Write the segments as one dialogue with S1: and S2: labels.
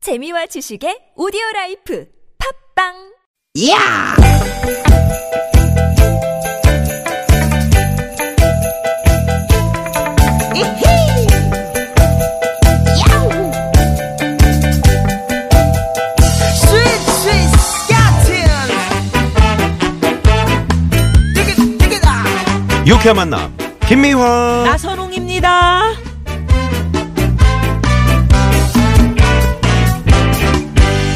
S1: 재미와 지식의 오디오 라이프 팝빵!
S2: 야! 이히! 야우! 스윗 스윗 스캇틴! 띠깃 띠깃아!
S3: 유쾌한 만남
S4: 아,
S3: 김미화
S4: 나선홍입니다.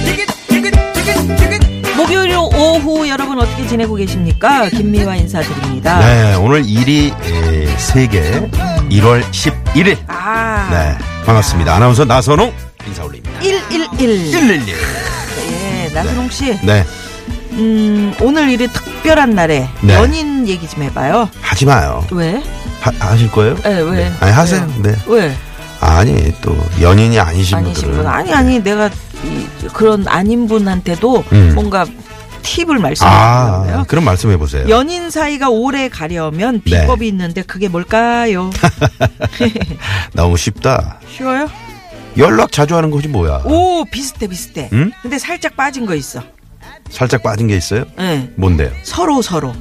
S2: 띠깃 띠깃 띠깃 띠깃!
S4: 목요일 오후 여러분 어떻게 지내고 계십니까? 김미화 인사드립니다.
S3: 네 오늘 일이 에, 세계 1월 11일
S4: 아,
S3: 네 반갑습니다 아나운서 나선홍 인사 올립니다
S4: 111.
S3: 111
S4: 네, 나선홍 씨.
S3: 네. 네
S4: 음, 오늘 일이 특별한 날에
S3: 네.
S4: 연인 얘기 좀 해봐요.
S3: 하지 마요
S4: 왜?
S3: 하, 하실 거예요?
S4: 예, 왜?
S3: 네. 아니 하세요
S4: 왜요?
S3: 네
S4: 왜?
S3: 아니 또 연인이 아니신
S4: 아니신
S3: 분들은
S4: 분. 아니, 아니, 내가 이, 그런 아닌 분한테도
S3: 음.
S4: 뭔가 팁을
S3: 아,
S4: 말씀드리는데요.
S3: 그런 말씀해 보세요
S4: 연인 사이가 오래 가려면
S3: 네.
S4: 비법이 있는데 그게 뭘까요?
S3: 너무 쉽다
S4: 쉬워요?
S3: 연락 자주 하는 거지 뭐야
S4: 오 비슷해 비슷해.
S3: 응?
S4: 근데 살짝 빠진 거 있어.
S3: 살짝 빠진 게 있어요?
S4: 예.
S3: 뭔데요?
S4: 서로 서로.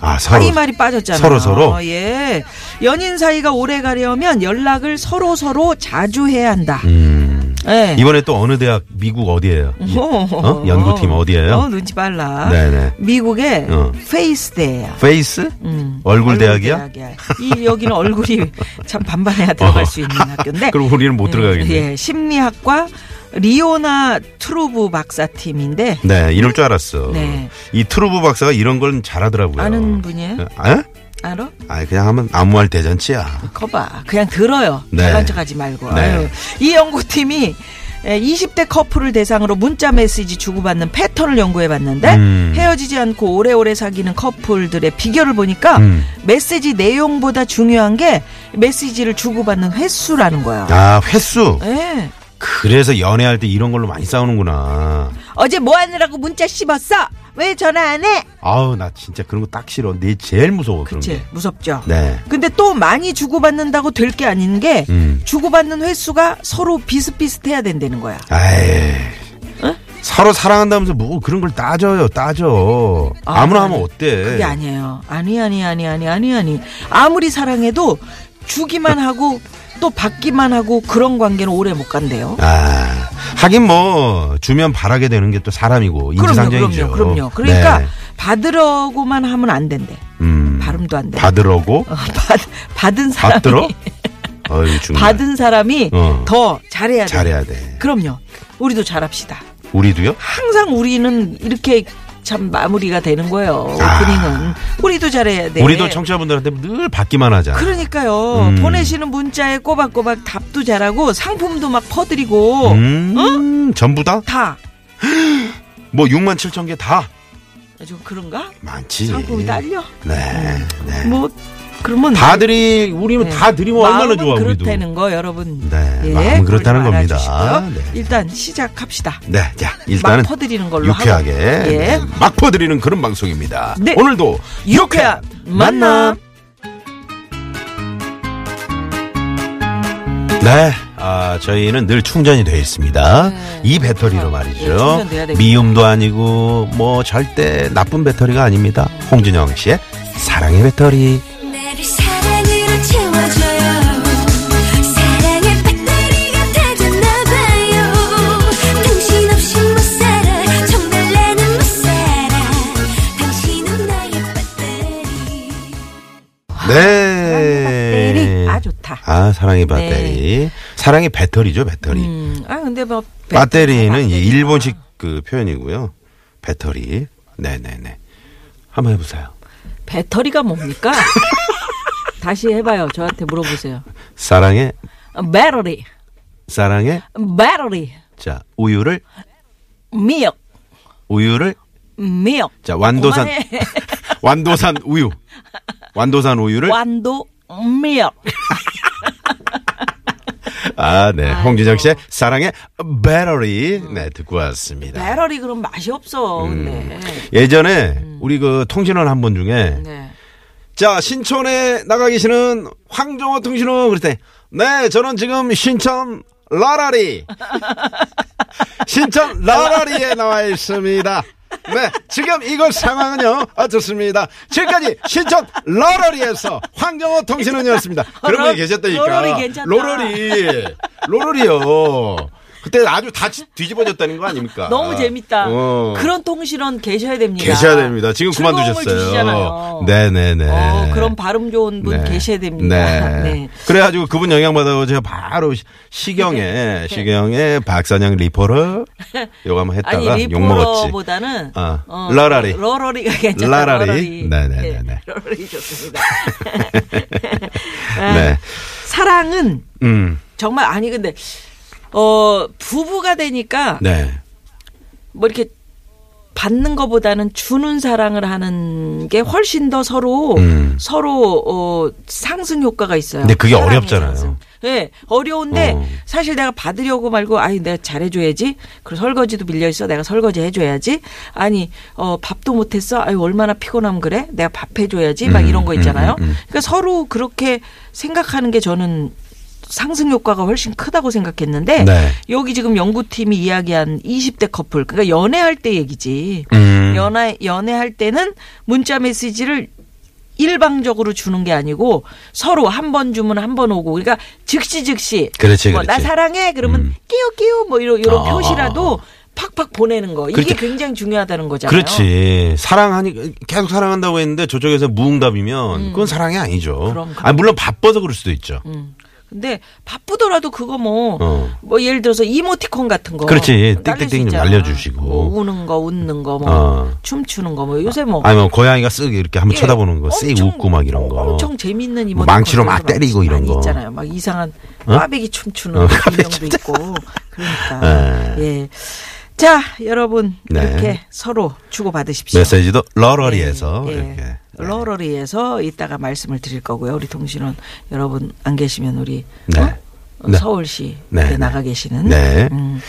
S3: 아
S4: 아,
S3: 서로
S4: 이 말이 빠졌잖아요.
S3: 서로, 서로?
S4: 어, 예. 연인 사이가 오래 가려면 연락을 서로 서로 자주 해야 한다.
S3: 음
S4: 예.
S3: 이번에 또 어느 대학 미국 어디예요? 이- 어? 연구팀 어디예요?
S4: 어, 눈치 빨라.
S3: 네네.
S4: 미국의
S3: 어.
S4: 페이스 대야.
S3: 페이스?
S4: 음.
S3: 얼굴 대학이야?
S4: 대학이야. 이 여기는 얼굴이 참 반반해야 들어갈 수 있는 학교인데.
S3: 그럼 우리는 못 들어가겠네.
S4: 네. 예, 심리학과 리오나 트루브 박사 팀인데
S3: 네, 이럴 줄 알았어.
S4: 네.
S3: 이 트루브 박사가 이런 걸 잘하더라고요.
S4: 아는 분이에요?
S3: 아?
S4: 알아?
S3: 아, 그냥 하면 아무 말 대잔치야.
S4: 커봐. 그냥 들어요.
S3: 네.
S4: 잘난 척하지 말고.
S3: 네.
S4: 아유. 이 연구팀이 에, 20대 커플을 대상으로 문자 메시지 주고받는 패턴을 연구해봤는데
S3: 음.
S4: 헤어지지 않고 오래오래 사귀는 커플들의 비결을 보니까
S3: 음.
S4: 메시지 내용보다 중요한 게 메시지를 주고받는 횟수라는 거야.
S3: 아, 횟수.
S4: 예.
S3: 그래서 연애할 때 이런 걸로 많이 싸우는구나.
S4: 어제 뭐 하느라고 문자 씹었어? 왜 전화 안 해?
S3: 아우, 나 진짜 그런 거 딱 싫어. 내 제일 무서워, 그런
S4: 그치
S3: 게.
S4: 무섭죠.
S3: 네.
S4: 근데 또 많이 주고받는다고 될 게 아닌 게
S3: 음.
S4: 주고받는 횟수가 서로 비슷비슷해야 된다는 거야.
S3: 아이.
S4: 어?
S3: 서로 사랑한다면서 뭐 그런 걸 따져요, 따져.
S4: 아,
S3: 아, 무나
S4: 아니,
S3: 하면 어때?
S4: 그게 아니에요. 아니 아니 아니 아니 아니 아니. 아무리 사랑해도 주기만 하고 또 받기만 하고 그런 관계는 오래 못 간대요.
S3: 아, 하긴 뭐 주면 바라게 되는 게 또 사람이고
S4: 그럼요,
S3: 인지상정이죠.
S4: 그럼요, 그럼요. 그러니까
S3: 네.
S4: 받으려고만 하면 안 된대.
S3: 음,
S4: 발음도 안 돼.
S3: 받으라고
S4: 어, 받, 받은 사람이
S3: 받들어. 어유 중.
S4: 받은 사람이
S3: 어.
S4: 더 잘해야 돼.
S3: 잘해야 돼.
S4: 그럼요. 우리도 잘합시다.
S3: 우리도요?
S4: 항상 우리는 이렇게 참 마무리가 되는 거예요.
S3: 아.
S4: 오프닝은 우리도 잘해야 돼.
S3: 우리도 청취자분들한테 늘 받기만 하잖아.
S4: 네. 그러니까요.
S3: 음.
S4: 보내시는 문자에 꼬박꼬박 답도 잘하고 상품도 막 퍼드리고
S3: 음,
S4: 어?
S3: 전부 다?
S4: 다.
S3: 뭐 6만 7천 개 다?
S4: 좀 그런가?
S3: 많지.
S4: 상품이 딸려?
S3: 네, 네.
S4: 뭐 그러면
S3: 다들이 우리면 다 드리면 얼마나
S4: 네. 마음은
S3: 좋아 우리도.
S4: 그렇다는 거 여러분. 예,
S3: 네, 마음은 그렇다는
S4: 그걸 좀
S3: 겁니다.
S4: 알아주시고요.
S3: 네.
S4: 일단 시작합시다.
S3: 네, 자
S4: 막
S3: 일단은
S4: 퍼드리는 걸로
S3: 유쾌하게
S4: 하고.
S3: 네,
S4: 예.
S3: 막 퍼드리는 그런 방송입니다.
S4: 네.
S3: 오늘도
S4: 유쾌한 만남.
S3: 네, 아, 저희는 늘 충전이 되어 있습니다. 이 배터리로 말이죠.
S4: 예, 네. 충전돼야 되겠다.
S3: 미움도 아니고 뭐 절대 나쁜 배터리가 아닙니다. 홍진영 씨의 사랑의 배터리.
S5: 나를 사랑으로 채워줘요 사랑의 배터리가 다 됐나봐요 당신 없이 못살아 정말 나는 못살아 당신은 나의 배터리
S3: 네.
S4: 아 좋다. 네.
S3: 아, 사랑의 배터리. 사랑의 배터리죠, 배터리.
S4: 음, 아 근데 뭐
S3: 배터리는 이제 일본식 그 표현이고요. 배터리. 네네네. 한번 해보세요.
S4: 배터리가 뭡니까? 다시 해봐요. 저한테 물어보세요.
S3: 사랑의,
S4: 배터리,
S3: 사랑의,
S4: 배터리,
S3: 자, 우유를,
S4: 미역,
S3: 우유를,
S4: 미역.
S3: 자, 완도산,
S4: 그만해.
S3: 완도산 우유. 완도산 우유를.
S4: 완도 미역.
S3: 아, 네. 홍진영 씨의 사랑의 배터리. 네, 듣고 왔습니다.
S4: 배터리 그럼 맛이 없어.
S3: 음.
S4: 근데.
S3: 예전에 우리 그 통신원 한 분 중에
S4: 네.
S3: 자, 신촌에 나가 계시는 황정호 통신원 그랬더니 네, 저는 지금 신촌 러러리. 신청 러러리에 나와 있습니다. 네, 지금 이곳 상황은요, 어떻습니다. 지금까지 신촌 러러리에서 황정호 통신원이었습니다. 그런 분이
S4: 러-
S3: 계셨다니까.
S4: 러러리 괜찮다.
S3: 로러리. 로러리요. 그때 아주 다 지- 뒤집어졌다는 거 아닙니까?
S4: 너무 재밌다.
S3: 어.
S4: 그런 통신원 계셔야 됩니다.
S3: 계셔야 됩니다. 지금
S4: 즐거움을
S3: 그만두셨어요.
S4: 주시잖아요.
S3: 네네네.
S4: 어, 그런 발음 좋은 분
S3: 네.
S4: 계셔야 됩니다.
S3: 네.
S4: 네.
S3: 그래가지고 그분 영향받아서 제가 바로 시-
S4: 네.
S3: 시경에, 시경에 박선영 리포를 요거 한번
S4: 아니 뭐,
S3: 했다가 욕먹었지.
S4: 리포러보다는 어,
S3: 아, 러러리.
S4: 러러리가 괜찮아.
S3: 러러리. 네네네네.
S4: 러러리 좋습니다. 아,
S3: 네.
S4: 사랑은
S3: 음.
S4: 정말 아니 근데 어 부부가 되니까
S3: 네.
S4: 뭐 이렇게 받는 것보다는 주는 사랑을 하는 게 훨씬 더 서로
S3: 음.
S4: 서로 어 상승 효과가 있어요.
S3: 근데 그게
S4: 사랑의
S3: 어렵잖아요.
S4: 상승. 예, 어려운데
S3: 어.
S4: 사실 내가 받으려고 말고 아니 내가 잘해줘야지. 그리고 설거지도 밀려 있어. 내가 설거지 해줘야지. 아니 어 밥도 못했어. 아유 얼마나 피곤하면 그래. 내가 밥 해줘야지. 막
S3: 음,
S4: 이런 거 있잖아요.
S3: 음, 음, 음.
S4: 그러니까 서로 그렇게 생각하는 게 저는 상승 효과가 훨씬 크다고 생각했는데
S3: 네.
S4: 여기 지금 연구팀이 이야기한 20대 커플 그러니까 연애할 때 얘기지.
S3: 음.
S4: 연애 연애할 때는 문자 메시지를 일방적으로 주는 게 아니고 서로 한 번 주면 한 번 오고 그러니까 즉시 즉시
S3: 그렇지,
S4: 뭐, 나
S3: 그렇지.
S4: 사랑해 그러면
S3: 음.
S4: 끼우 끼우 뭐 이런 이런
S3: 아,
S4: 표시라도 팍팍 보내는 거 이게
S3: 그렇죠.
S4: 굉장히 중요하다는 거잖아요.
S3: 그렇지. 사랑하니, 계속 사랑한다고 했는데 저쪽에서 무응답이면 그건 사랑이 아니죠.
S4: 음. 그럼, 그럼.
S3: 아, 물론 바빠서 그럴 수도 있죠.
S4: 음. 근데 바쁘더라도 그거 뭐,
S3: 어.
S4: 뭐 예를 들어서 이모티콘 같은 거.
S3: 그렇지. 띡띡띡
S4: 날릴 수
S3: 좀
S4: 있잖아.
S3: 날려주시고.
S4: 뭐 우는 거, 웃는 거, 뭐
S3: 어.
S4: 춤추는 거, 뭐 요새 뭐.
S3: 아니면 고양이가 쓱 이렇게 한번
S4: 예,
S3: 뭐 쳐다보는 거, 쓱
S4: 엄청,
S3: 웃고 막 이런 거. 뭐
S4: 엄청 재밌는 이모티콘.
S3: 망치로 막 때리고 이런 거.
S4: 있잖아요. 막 이상한
S3: 어?
S4: 꽈배기 춤추는
S3: 어,
S4: 인형도 있고. 그러니까. 예. 자, 여러분.
S3: 네.
S4: 이렇게 서로 주고받으십시오.
S3: 메시지도 러러리에서
S4: 예,
S3: 이렇게. 네.
S4: 예. 러러리에서 이따가 말씀을 드릴 거고요. 우리 동신은 여러분 안 계시면 우리
S3: 네.
S4: 어? 어,
S3: 네.
S4: 서울시
S3: 네, 네.
S4: 에 나가 계시는
S3: 네.
S4: 음,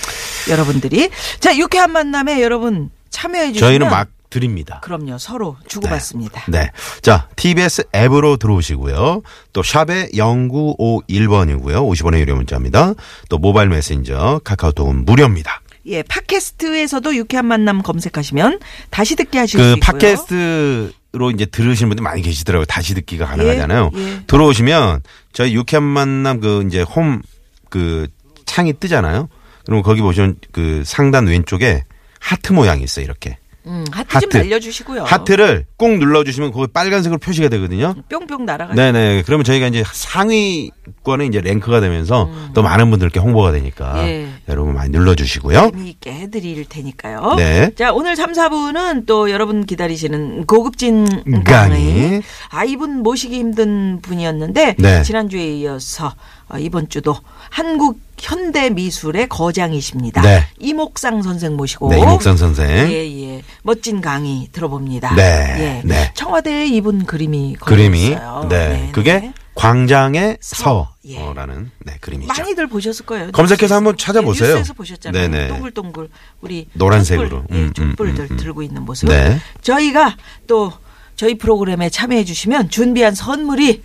S4: 여러분들이 자 유쾌한 만남에 여러분 참여해 주시면
S3: 저희는 막 드립니다.
S4: 그럼요 서로 주고받습니다.
S3: 네. 자, TBS 앱으로 들어오시고요. 또 샵에 0951번이고요. 50원의 유료 문자입니다. 또 모바일 메신저, 카카오톡은 무료입니다.
S4: 예 팟캐스트에서도 유쾌한 만남 검색하시면 다시 듣게 하실 수
S3: 그
S4: 있고요.
S3: 팟캐스트로 이제 들으신 분들 많이 계시더라고요. 다시 듣기가 가능하잖아요.
S4: 예.
S3: 들어오시면 저희 유쾌한 만남 그 이제 홈 그 창이 뜨잖아요. 그러면 거기 보시면 그 상단 왼쪽에 하트 모양이 있어요. 이렇게.
S4: 음, 하트, 좀
S3: 하트.
S4: 날려주시고요.
S3: 하트를 꾹 눌러주시면 거기 빨간색으로 표시가 되거든요.
S4: 뿅뿅 날아가.
S3: 네네. 그러면 저희가 이제 상위권에 이제 랭크가 되면서 또 많은 분들께 홍보가 되니까
S4: 음. 예.
S3: 여러분 많이 눌러주시고요.
S4: 재미있게 해드릴 테니까요.
S3: 네.
S4: 자, 오늘 3, 4부는 또 여러분 기다리시는 고급진
S3: 음, 강의.
S4: 강의. 아, 이분 모시기 힘든 분이었는데,
S3: 네.
S4: 지난주에 이어서 어, 이번 주도 한국 현대 미술의 거장이십니다.
S3: 네.
S4: 이목상 선생 모시고.
S3: 네, 이목상 선생.
S4: 예, 예. 멋진 강의 들어봅니다.
S3: 네,
S4: 예.
S3: 네.
S4: 청와대에 이분 그림이 걸려
S3: 그림이
S4: 있어요.
S3: 네, 그게 광장의
S4: 서, 예.
S3: 서라는 네, 그림이죠.
S4: 많이들 보셨을 거예요.
S3: 검색해서 한번
S4: 뉴스에서.
S3: 찾아보세요.
S4: 네, 뉴스에서 보셨잖아요.
S3: 네네.
S4: 동글동글 우리
S3: 노란색으로.
S4: 촛불, 예,
S3: 음, 음,
S4: 촛불들
S3: 음, 음.
S4: 들고 있는 모습.
S3: 네.
S4: 저희가 또 저희 프로그램에 참여해 주시면 준비한 선물이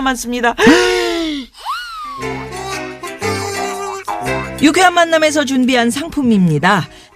S4: 많습니다. 유쾌한 만남에서 준비한 상품입니다.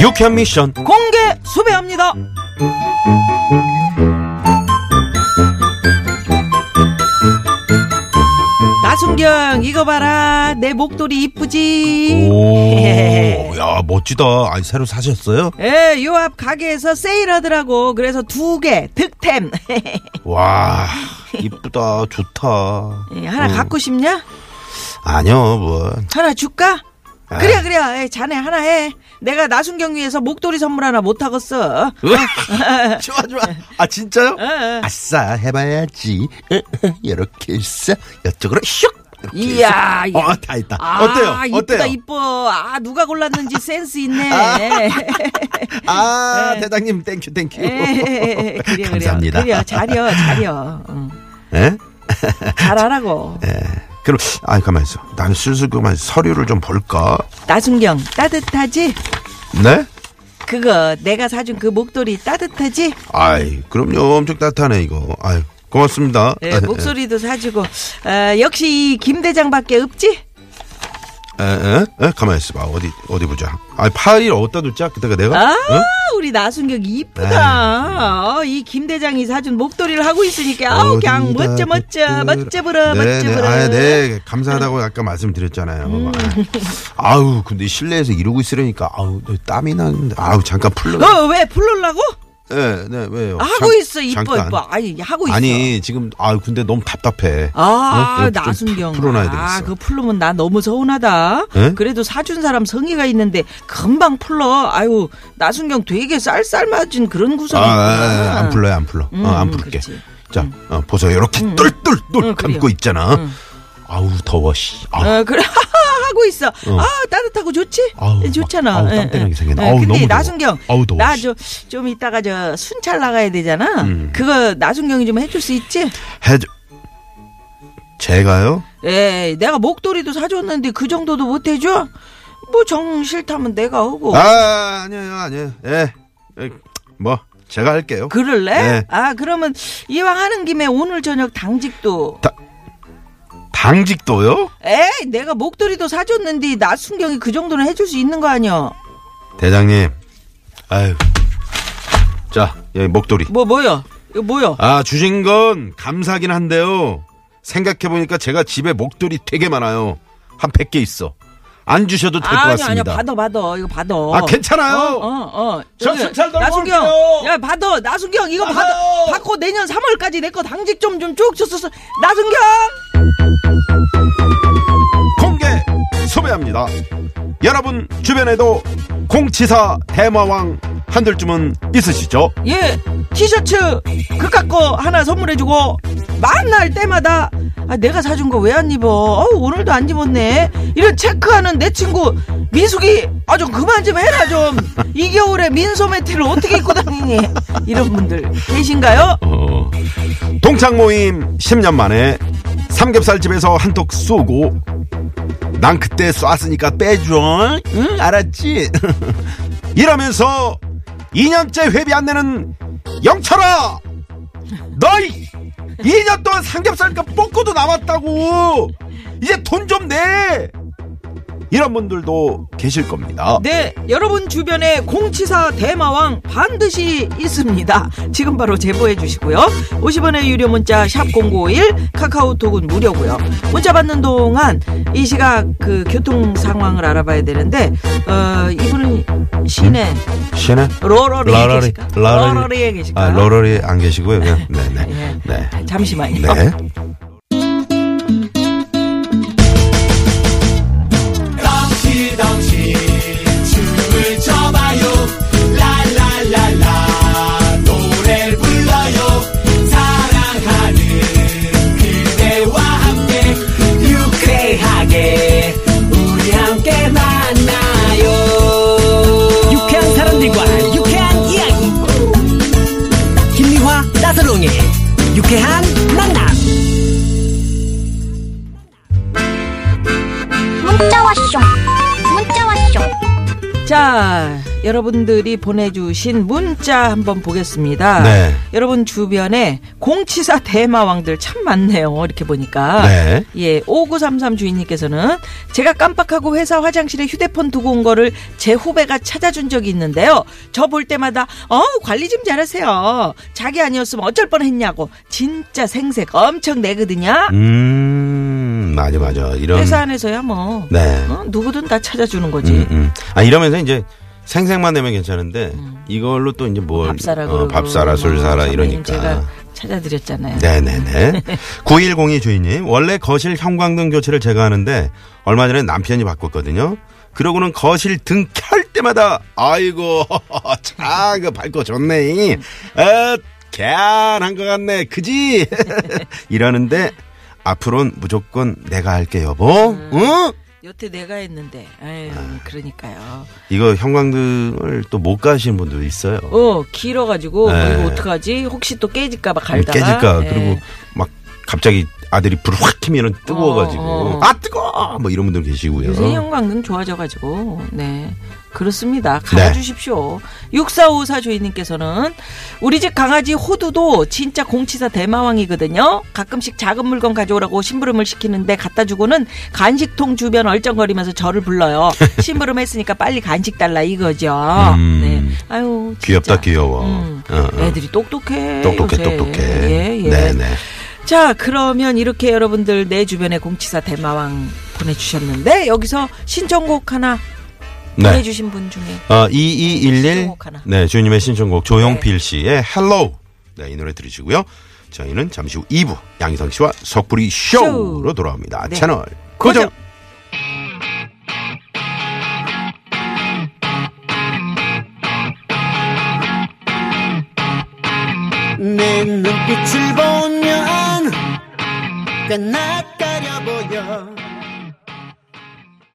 S3: 유쾌한 미션
S4: 공개 수배합니다. 나순경 이거 봐라 내 목도리 이쁘지.
S3: 오, 야 멋지다. 아니 새로 사셨어요?
S4: 예, 요 앞 가게에서 세일하더라고. 그래서 두 개, 득템.
S3: 와 이쁘다 좋다.
S4: 예, 하나 갖고 싶냐?
S3: 아니요 뭐
S4: 하나 줄까?
S3: 아.
S4: 그래, 그래. 예, 자네 하나 해. 내가 나순경 위해서 목도리 선물 하나 못 하겠어.
S3: 좋아 좋아. 아 진짜요?
S4: 예.
S3: 아싸 해봐야지. 이렇게 있어. 이쪽으로 슉. 이렇게
S4: 이야,
S3: 있어. 어, 다 있다.
S4: 아,
S3: 어때요?
S4: 이쁘다,
S3: 어때요?
S4: 이뻐. 아, 누가 골랐는지 센스 있네. 네.
S3: 아, 대장님, 땡큐, 땡큐.
S4: 예, 그래요,
S3: 감사합니다.
S4: 그래요. 그래요, 잘여, 잘여. 응, 네.
S3: 예?
S4: 잘하라고.
S3: 예. 그럼, 아, 가만 있어. 나는 슬슬 그만 서류를 좀 볼까?
S4: 나순경, 따뜻하지?
S3: 네?
S4: 그거, 내가 사준 그 목도리 따뜻하지?
S3: 아이, 그럼요. 엄청 따뜻하네, 이거. 아이, 고맙습니다.
S4: 예, 목소리도 사주고. 아, 역시 이 김 대장밖에 없지?
S3: 에, 에, 에? 가만 있어 봐. 어디, 어디 보자. 아이, 파일 어디다 뒀지? 그때가 내가?
S4: 아,
S3: 응?
S4: 우리 나순경 이쁘다. 어, 이 김 대장이 사준 목도리를 하고 있으니까, 아우, 그냥
S3: 네. 어디다 뒀더라.
S4: 멋져, 멋져, 멋져 부러,
S3: 네,
S4: 멋져
S3: 네.
S4: 부러.
S3: 아, 네. 감사하다고 아까 말씀드렸잖아요.
S4: 음.
S3: 아, 아우, 근데 실내에서 이러고 있으려니까, 아우, 땀이 나는데. 아우, 잠깐 풀러.
S4: 어, 왜 풀려려고? 아,
S3: 네, 네, 왜요?
S4: 하고
S3: 잠-
S4: 있어, 이뻐,
S3: 잠깐.
S4: 이뻐. 아니, 하고 있어.
S3: 아니 지금 아 근데 너무 답답해.
S4: 아,
S3: 어? 어, 좀
S4: 나순경.
S3: 풀- 풀어놔야
S4: 아,
S3: 되겠어. 네?
S4: 그거 풀르면 나 너무 서운하다.
S3: 에?
S4: 그래도 사준 사람 성의가 있는데 금방 풀러. 아유, 나순경 되게 쌀쌀맞은 그런
S3: 아,
S4: 구성이.
S3: 아, 아, 안 불러요, 안 불러. 어, 안
S4: 음,
S3: 부를게.
S4: 그렇지.
S3: 자, 어, 보세요. 이렇게 똘똘똘
S4: 응,
S3: 감고
S4: 그래요. 음.
S3: 있잖아. 아우 더워 씨. 아우.
S4: 어, 그래. 하고 있어. 아, 따뜻하고 좋지?
S3: 아우,
S4: 예, 좋잖아.
S3: 아우,
S4: 예,
S3: 땀때나게
S4: 예.
S3: 생겼네.
S4: 예,
S3: 아우, 너무
S4: 근데
S3: 더워.
S4: 나순경.
S3: 아우, 더워,
S4: 나
S3: 씨.
S4: 저, 좀 이따가 저 순찰 나가야 되잖아.
S3: 음.
S4: 그거 나순경이 좀 해줄 수 있지?
S3: 해줘. 제가요?
S4: 예, 내가 목도리도 사줬는데 그 정도도 못 해줘? 뭐, 정 싫다면 내가 하고.
S3: 아 아니에요 아니에요. 예. 예, 뭐 제가 할게요.
S4: 그럴래?
S3: 네.
S4: 아 그러면 이왕 하는 김에 오늘 저녁 당직도
S3: 당직도요?
S4: 에이 내가 목도리도 사줬는데 나순경이 그 정도는 해줄 수 있는 거 아니야
S3: 대장님. 아유. 자 여기 목도리.
S4: 뭐 뭐야 이거 뭐야
S3: 아 주신 건 감사하긴 한데요 생각해보니까 제가 집에 목도리 되게 많아요 한 100개 있어 안 주셔도 될 것
S4: 아니 아니
S3: 같습니다
S4: 받아 받아 이거 받아
S3: 네, 아, 괜찮아요.
S4: 어어
S6: 저 순찰 넘어올게요.
S4: 나순경 야 받아 나순경 이거 받아 받고 내년 3월까지 내 거 당직 좀 좀쭉 줬었어 나순경
S3: 공개 소배합니다 여러분 주변에도 공치사 대마왕 한둘쯤은 있으시죠
S4: 예 티셔츠 그 갖고 하나 선물해주고 만날 때마다 아, 내가 사준 거 왜 안 입어 어우, 오늘도 안 입었네 이런 체크하는 내 친구 민숙이 아 좀 그만 좀 해라 좀 이 겨울에 민소매 티를 어떻게 입고 다니니 이런 분들 계신가요?
S3: 어, 동창 모임 10년 만에 삼겹살 집에서 한턱 쏘고 난 그때 쐈으니까 빼줘 응 알았지 이러면서 2년째 회비 안 내는 영철아 너희 2년 동안 삼겹살값 뽑고도 남았다고 이제 돈 좀 내 이런 분들도 계실 겁니다
S4: 네 여러분 주변에 공치사 대마왕 반드시 있습니다 지금 바로 제보해 주시고요 50원의 유료 문자 샵 0951 카카오톡은 무료고요 문자 받는 동안 이 시각 그 교통 상황을 알아봐야 되는데 어 이분은 시내
S3: 시네
S4: 로러리에
S3: 라라리,
S4: 계실까?
S3: 라라리.
S4: 로러리에 계실까? 예.
S3: 아 러러리 안 계시고요 그냥 네네 네.
S4: 잠시만요
S3: 네.
S7: 유쾌한 사람들과 유쾌한 이야기 김미화 나서롱의 유쾌한 만남
S8: 문자 왔쇼 문자 왔쇼
S4: 자 여러분들이 보내주신 문자 한번 보겠습니다.
S3: 네.
S4: 여러분 주변에 공치사 대마왕들 참 많네요. 이렇게 보니까.
S3: 네.
S4: 예, 5933 주인님께서는 제가 깜빡하고 회사 화장실에 휴대폰 두고 온 거를 제 후배가 찾아준 적이 있는데요. 저 볼 때마다 어 관리 좀 잘하세요. 자기 아니었으면 어쩔 뻔했냐고 진짜 생색 엄청 내거든요.
S3: 음, 맞아, 맞아. 이런.
S4: 회사 안에서야 뭐
S3: 네.
S4: 어, 누구든 다 찾아주는 거지.
S3: 음, 음. 아, 이러면서 이제 생색만 내면 괜찮은데, 이걸로 또 이제 뭘.
S4: 음. 밥 사라
S3: 어,
S4: 그러고
S3: 밥 사라, 술
S4: 뭐
S3: 사라,
S4: 선배님 제가
S3: 이러니까.
S4: 찾아드렸잖아요.
S3: 네네네. 9102 주인님, 원래 거실 형광등 교체를 제가 하는데, 얼마 전에 남편이 바꿨거든요. 그러고는 거실 등 켤 때마다, 아이고, 차, 그 밝고 좋네. 어, 개안한 것 같네. 그지? 이러는데, 앞으론 무조건 내가 할게, 여보. 응?
S4: 여태 내가 했는데, 에휴,
S3: 아.
S4: 그러니까요.
S3: 이거 형광등을 또 못 가시는 분도 있어요.
S4: 어 길어가지고 뭐
S3: 네.
S4: 이거 어떡하지? 혹시 또 깨질까봐 갈다가
S3: 깨질까.
S4: 예.
S3: 그리고 막 갑자기 아들이 불을 확 키면은 뜨거워가지고
S4: 어, 어.
S3: 아 뜨거! 뭐 이런 분들 계시고요.
S4: 요새 형광등 좋아져가지고 네 그렇습니다. 갈아주십시오.
S3: 네.
S4: 6454 주인님께서는 우리 집 강아지 호두도 진짜 공치사 대마왕이거든요. 가끔씩 작은 물건 가져오라고 심부름을 시키는데 갖다 주고는 간식통 주변 얼쩡거리면서 저를 불러요. 심부름 했으니까 빨리 간식 달라 이거죠.
S3: 음.
S4: 네. 아유 진짜.
S3: 귀엽다 귀여워.
S4: 음.
S3: 어, 어.
S4: 애들이 똑똑해.
S3: 똑똑해
S4: 요새.
S3: 똑똑해.
S4: 예, 예.
S3: 네네.
S4: 자, 그러면 이렇게 여러분들 내 주변의 공치사 대마왕 보내주셨는데 여기서 신청곡 하나
S3: 네.
S4: 보내주신 분 중에
S3: 어, 2211.
S4: 신청곡 하나. 네.
S3: 네 주님의 신청곡 조용필 씨의 헬로우. 네이 노래 들으시고요. 저희는 잠시 후 2부 양희성 씨와 석불이 쇼로 돌아옵니다.
S4: 네.
S3: 채널 고정.
S4: 고정.
S7: 내 눈빛을 보면 꽤 낯가려 보여